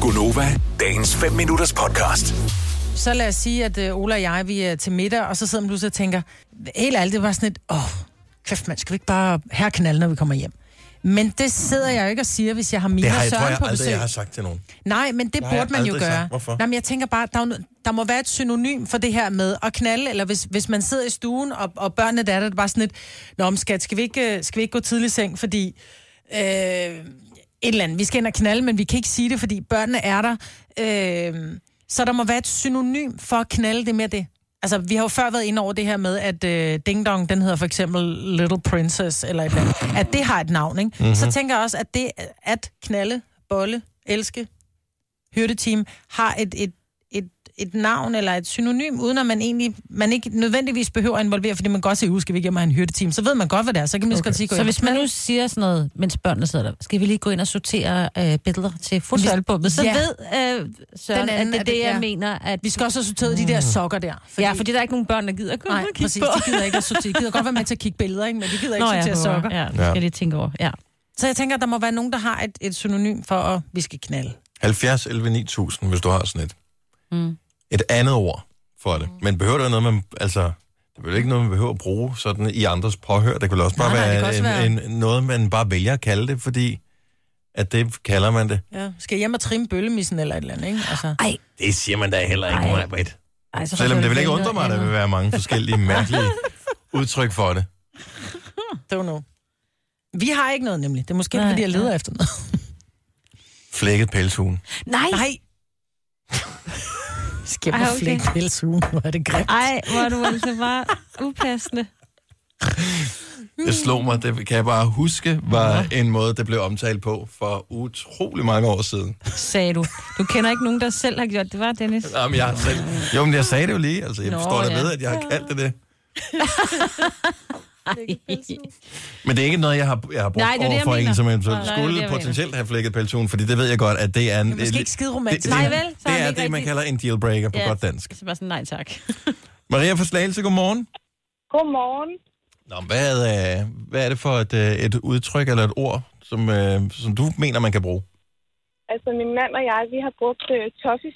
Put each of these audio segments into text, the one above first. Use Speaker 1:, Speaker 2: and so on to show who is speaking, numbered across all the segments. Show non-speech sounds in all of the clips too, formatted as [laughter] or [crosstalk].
Speaker 1: Gunova, dagens 5 minutters podcast.
Speaker 2: Så lad os sige, at øh, Ola og jeg, vi er til middag, og så sidder man pludselig og tænker, helt ærligt, det var sådan et, åh, kæft mand, skal vi ikke bare herknalde, når vi kommer hjem? Men det sidder jeg jo ikke og siger, hvis jeg har Mia
Speaker 3: Det har jeg, tror
Speaker 2: Søren
Speaker 3: jeg
Speaker 2: på
Speaker 3: aldrig,
Speaker 2: besøg.
Speaker 3: jeg har sagt til nogen.
Speaker 2: Nej, men det
Speaker 3: har
Speaker 2: burde
Speaker 3: jeg
Speaker 2: man jo
Speaker 3: aldrig sagt.
Speaker 2: gøre.
Speaker 3: Hvorfor?
Speaker 2: Nej, men jeg tænker bare, der, er jo no- der må være et synonym for det her med at knalde, eller hvis, hvis man sidder i stuen, og, og børnene der er der, det er bare sådan et, Nå, men skat, skal vi ikke, øh, skal vi ikke gå tidlig i seng, fordi øh, et eller andet, vi skal ind og knalde, men vi kan ikke sige det, fordi børnene er der. Øh, så der må være et synonym for at knalde det med det. Altså, vi har jo før været inde over det her med, at øh, Ding Dong, den hedder for eksempel Little Princess, eller et eller andet. At det har et navn, ikke? Mm-hmm. Så tænker jeg også, at det at knalde, bolle, elske, hyrdeteam har et, et, et, et navn eller et synonym, uden at man egentlig man ikke nødvendigvis behøver at involvere, fordi man godt siger, "Uh, skal vi ikke hjem og have en hyrdeteam, så ved man godt, hvad det er, så kan man okay. godt sige, gå
Speaker 4: Så
Speaker 2: hjem.
Speaker 4: hvis man nu siger sådan noget, mens børnene sidder der, skal vi lige gå ind og sortere øh, billeder til fotosølvbummet, så
Speaker 2: Ja.
Speaker 4: ja. ved øh, Søren,
Speaker 2: Den
Speaker 4: den
Speaker 2: anden
Speaker 4: anden, at det
Speaker 2: er
Speaker 4: er
Speaker 2: det,
Speaker 4: det, jeg
Speaker 2: ja.
Speaker 4: mener. At,
Speaker 2: vi skal også have sorteret de der sokker der.
Speaker 4: fordi... Ja, fordi der er ikke nogen børn, der gider at komme
Speaker 2: Nej,
Speaker 4: og kigge
Speaker 2: præcis,
Speaker 4: på.
Speaker 2: de gider ikke at sortere. De gider godt være med til at kigge billeder, ikke? men de gider ikke Nå, sortere sokker.
Speaker 4: Ja, det skal jeg lige tænke over. Ja.
Speaker 2: Så jeg tænker, at der må være nogen, der har et, et synonym for, at vi skal knalde.
Speaker 3: 70 11 9000, hvis du har sådan et. Mm. Et andet ord for det. Men behøver det noget, man... Altså, det er vel ikke noget, man behøver at bruge sådan i andres påhør. Det kan vel også bare
Speaker 2: Nej, nej, det
Speaker 3: være,
Speaker 2: kan også være-
Speaker 3: en, En, noget, man bare vælger at kalde det, fordi at det kalder man det.
Speaker 2: Ja. Skal jeg hjem og trimme bøllemissen eller et eller andet, ikke? Altså.
Speaker 4: Ej,
Speaker 3: Det siger man da heller
Speaker 4: Ej.
Speaker 3: ikke, Majbrit.
Speaker 4: ej, så
Speaker 3: Selvom
Speaker 4: så
Speaker 3: det vil
Speaker 4: er
Speaker 3: ikke
Speaker 4: noget
Speaker 3: undre mig, at der
Speaker 4: andet.
Speaker 3: vil være mange
Speaker 2: [laughs]
Speaker 3: forskellige mærkelige udtryk for det.
Speaker 2: Don't know. Vi har ikke noget nemlig. Det er måske,
Speaker 4: Nej,
Speaker 2: fordi jeg leder
Speaker 4: nej.
Speaker 2: efter noget.
Speaker 3: Flækket pelshuen.
Speaker 4: Nej, [laughs]
Speaker 2: Nej. Skal
Speaker 4: Ej,
Speaker 2: jeg
Speaker 4: okay.
Speaker 2: flække pelsugen? Hvor er det grimt.
Speaker 4: ej, hvor er du altså bare upassende.
Speaker 3: Det slog mig, det kan jeg bare huske, var en måde, det blev omtalt på for utrolig mange år siden.
Speaker 4: Sagde du. Du kender ikke nogen, der selv har gjort det, var Dennis?
Speaker 3: Jamen, jeg har selv... Jo, men jeg sagde det jo lige. Altså, jeg
Speaker 4: Nå,
Speaker 3: forstår da
Speaker 4: ja.
Speaker 3: ved, at jeg har kaldt det det.
Speaker 4: Ej.
Speaker 3: Men det er ikke noget, jeg har, jeg har brugt
Speaker 4: Nej, det er det,
Speaker 3: over
Speaker 4: jeg
Speaker 3: for en,
Speaker 4: mener.
Speaker 3: som jeg
Speaker 4: Nej, det er det,
Speaker 3: skulle
Speaker 4: jeg
Speaker 3: potentielt have flækket pelsugen, fordi det ved jeg godt, at det er... en-
Speaker 2: Det er måske ikke skide romantisk.
Speaker 3: det-
Speaker 4: Nej, vel? Så er
Speaker 3: Det
Speaker 4: det
Speaker 3: er
Speaker 4: ikke
Speaker 3: det, man
Speaker 4: rigtigt.
Speaker 3: kalder en dealbreaker på
Speaker 4: Ja.
Speaker 3: godt dansk.
Speaker 4: Så bare sådan, nej tak.
Speaker 3: Maria fra Slagelse, godmorgen.
Speaker 5: Godmorgen.
Speaker 3: Nå, men hvad, øh, hvad er det for et, øh, et udtryk eller et ord, som, øh, som du mener, man kan bruge?
Speaker 5: Altså, min mand og jeg, vi har brugt øh, toffee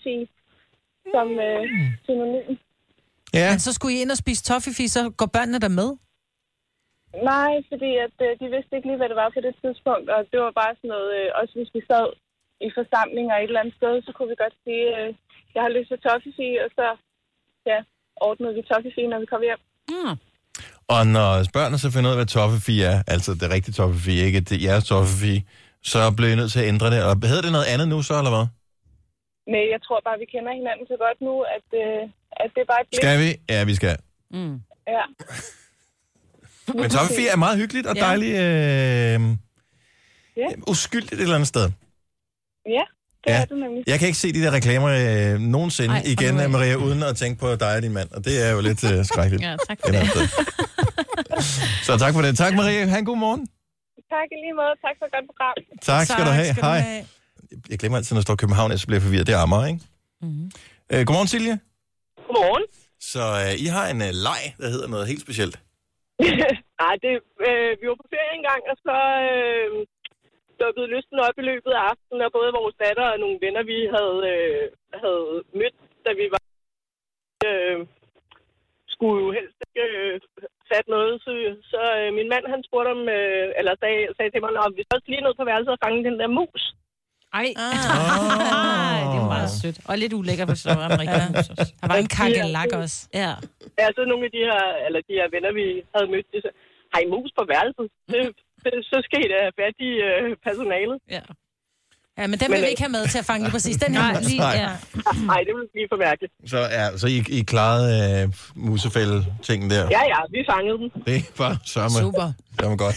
Speaker 5: som øh,
Speaker 3: Mm.
Speaker 5: synonym.
Speaker 3: Ja,
Speaker 2: Men så skulle I ind og spise toffeefis, så går børnene der med.
Speaker 5: Nej, fordi at, øh, de vidste ikke lige, hvad det var på det tidspunkt, og det var bare sådan noget, øh, også hvis vi sad i forsamlinger et eller andet sted, så kunne vi godt sige, øh, jeg har lyst til toffee og så ja, ordnede vi toffee når vi kom hjem.
Speaker 4: Mm.
Speaker 3: og når børnene så finder ud af, hvad toffefi er, altså det rigtige toffefi, ikke det jeres toffefi, så bliver I nødt til at ændre det. Og hedder det noget andet nu så, eller hvad?
Speaker 5: Men jeg tror bare, vi kender hinanden så godt nu, at, øh, at det er bare et blik.
Speaker 3: Skal vi? Ja, vi skal.
Speaker 4: Mm.
Speaker 5: Ja.
Speaker 3: Men toffefie er meget hyggeligt og
Speaker 2: Ja.
Speaker 3: dejligt. Øh,
Speaker 5: Ja.
Speaker 3: Uskyldigt et eller andet sted.
Speaker 5: ja, det
Speaker 3: Ja.
Speaker 5: er det nemlig.
Speaker 3: Jeg kan ikke se de der reklamer øh, nogensinde Ej,
Speaker 4: Ej, fra
Speaker 3: igen,
Speaker 4: nu af.
Speaker 3: Maria, uden at tænke på dig og din mand. Og det er jo lidt øh, skrækkeligt.
Speaker 4: Ja, tak for
Speaker 3: Et eller
Speaker 4: det.
Speaker 3: andet sted. Så tak for det. Tak, Maria. Ha' en god morgen.
Speaker 5: Tak i lige måde. Tak for et godt program.
Speaker 3: Tak skal du have.
Speaker 2: Skal
Speaker 3: Hej.
Speaker 2: Du have.
Speaker 3: Jeg glemmer altid, når jeg står i København, så bliver jeg forvirret. Det er Amager, ikke? Mm-hmm. Øh, godmorgen, Silje.
Speaker 5: Godmorgen.
Speaker 3: Så øh, I har en øh, leg, der hedder noget helt specielt.
Speaker 5: [laughs] Nej, det, øh, vi var på ferie engang, og så øh, dukkede lysten op i løbet af aftenen, og både vores datter og nogle venner, vi havde, øh, havde mødt, da vi var... Øh, skulle jo helst ikke øh, fatte noget, så, så øh, min mand han spurgte om, øh, eller sagde, sagde til mig, om vi skal også lige ned på værelset og fange den der mus.
Speaker 4: Ej.
Speaker 3: Ah.
Speaker 4: Ej, det er jo meget sødt. Og lidt ulækker for Søren, rigtig mus også.
Speaker 2: Der var en kakelak også.
Speaker 4: Ja.
Speaker 5: Ja, så nogle af de her, eller de her venner, vi havde mødt, de sagde, har I mus på værelset? Det, det, så skal I da have fat i øh, personalet.
Speaker 4: ja.
Speaker 2: Ja, men den vil vi ikke have med til at fange lige præcis. Den
Speaker 4: Nej,
Speaker 2: her mus.
Speaker 4: lige,
Speaker 3: Nej.
Speaker 4: ja.
Speaker 5: Nej, det ville blive for mærkeligt.
Speaker 3: Så, ja, så I, I klarede øh, musefælde-tingen der.
Speaker 5: Ja, ja, vi fangede den.
Speaker 3: Det var sørme,
Speaker 2: Super.
Speaker 3: sørme godt.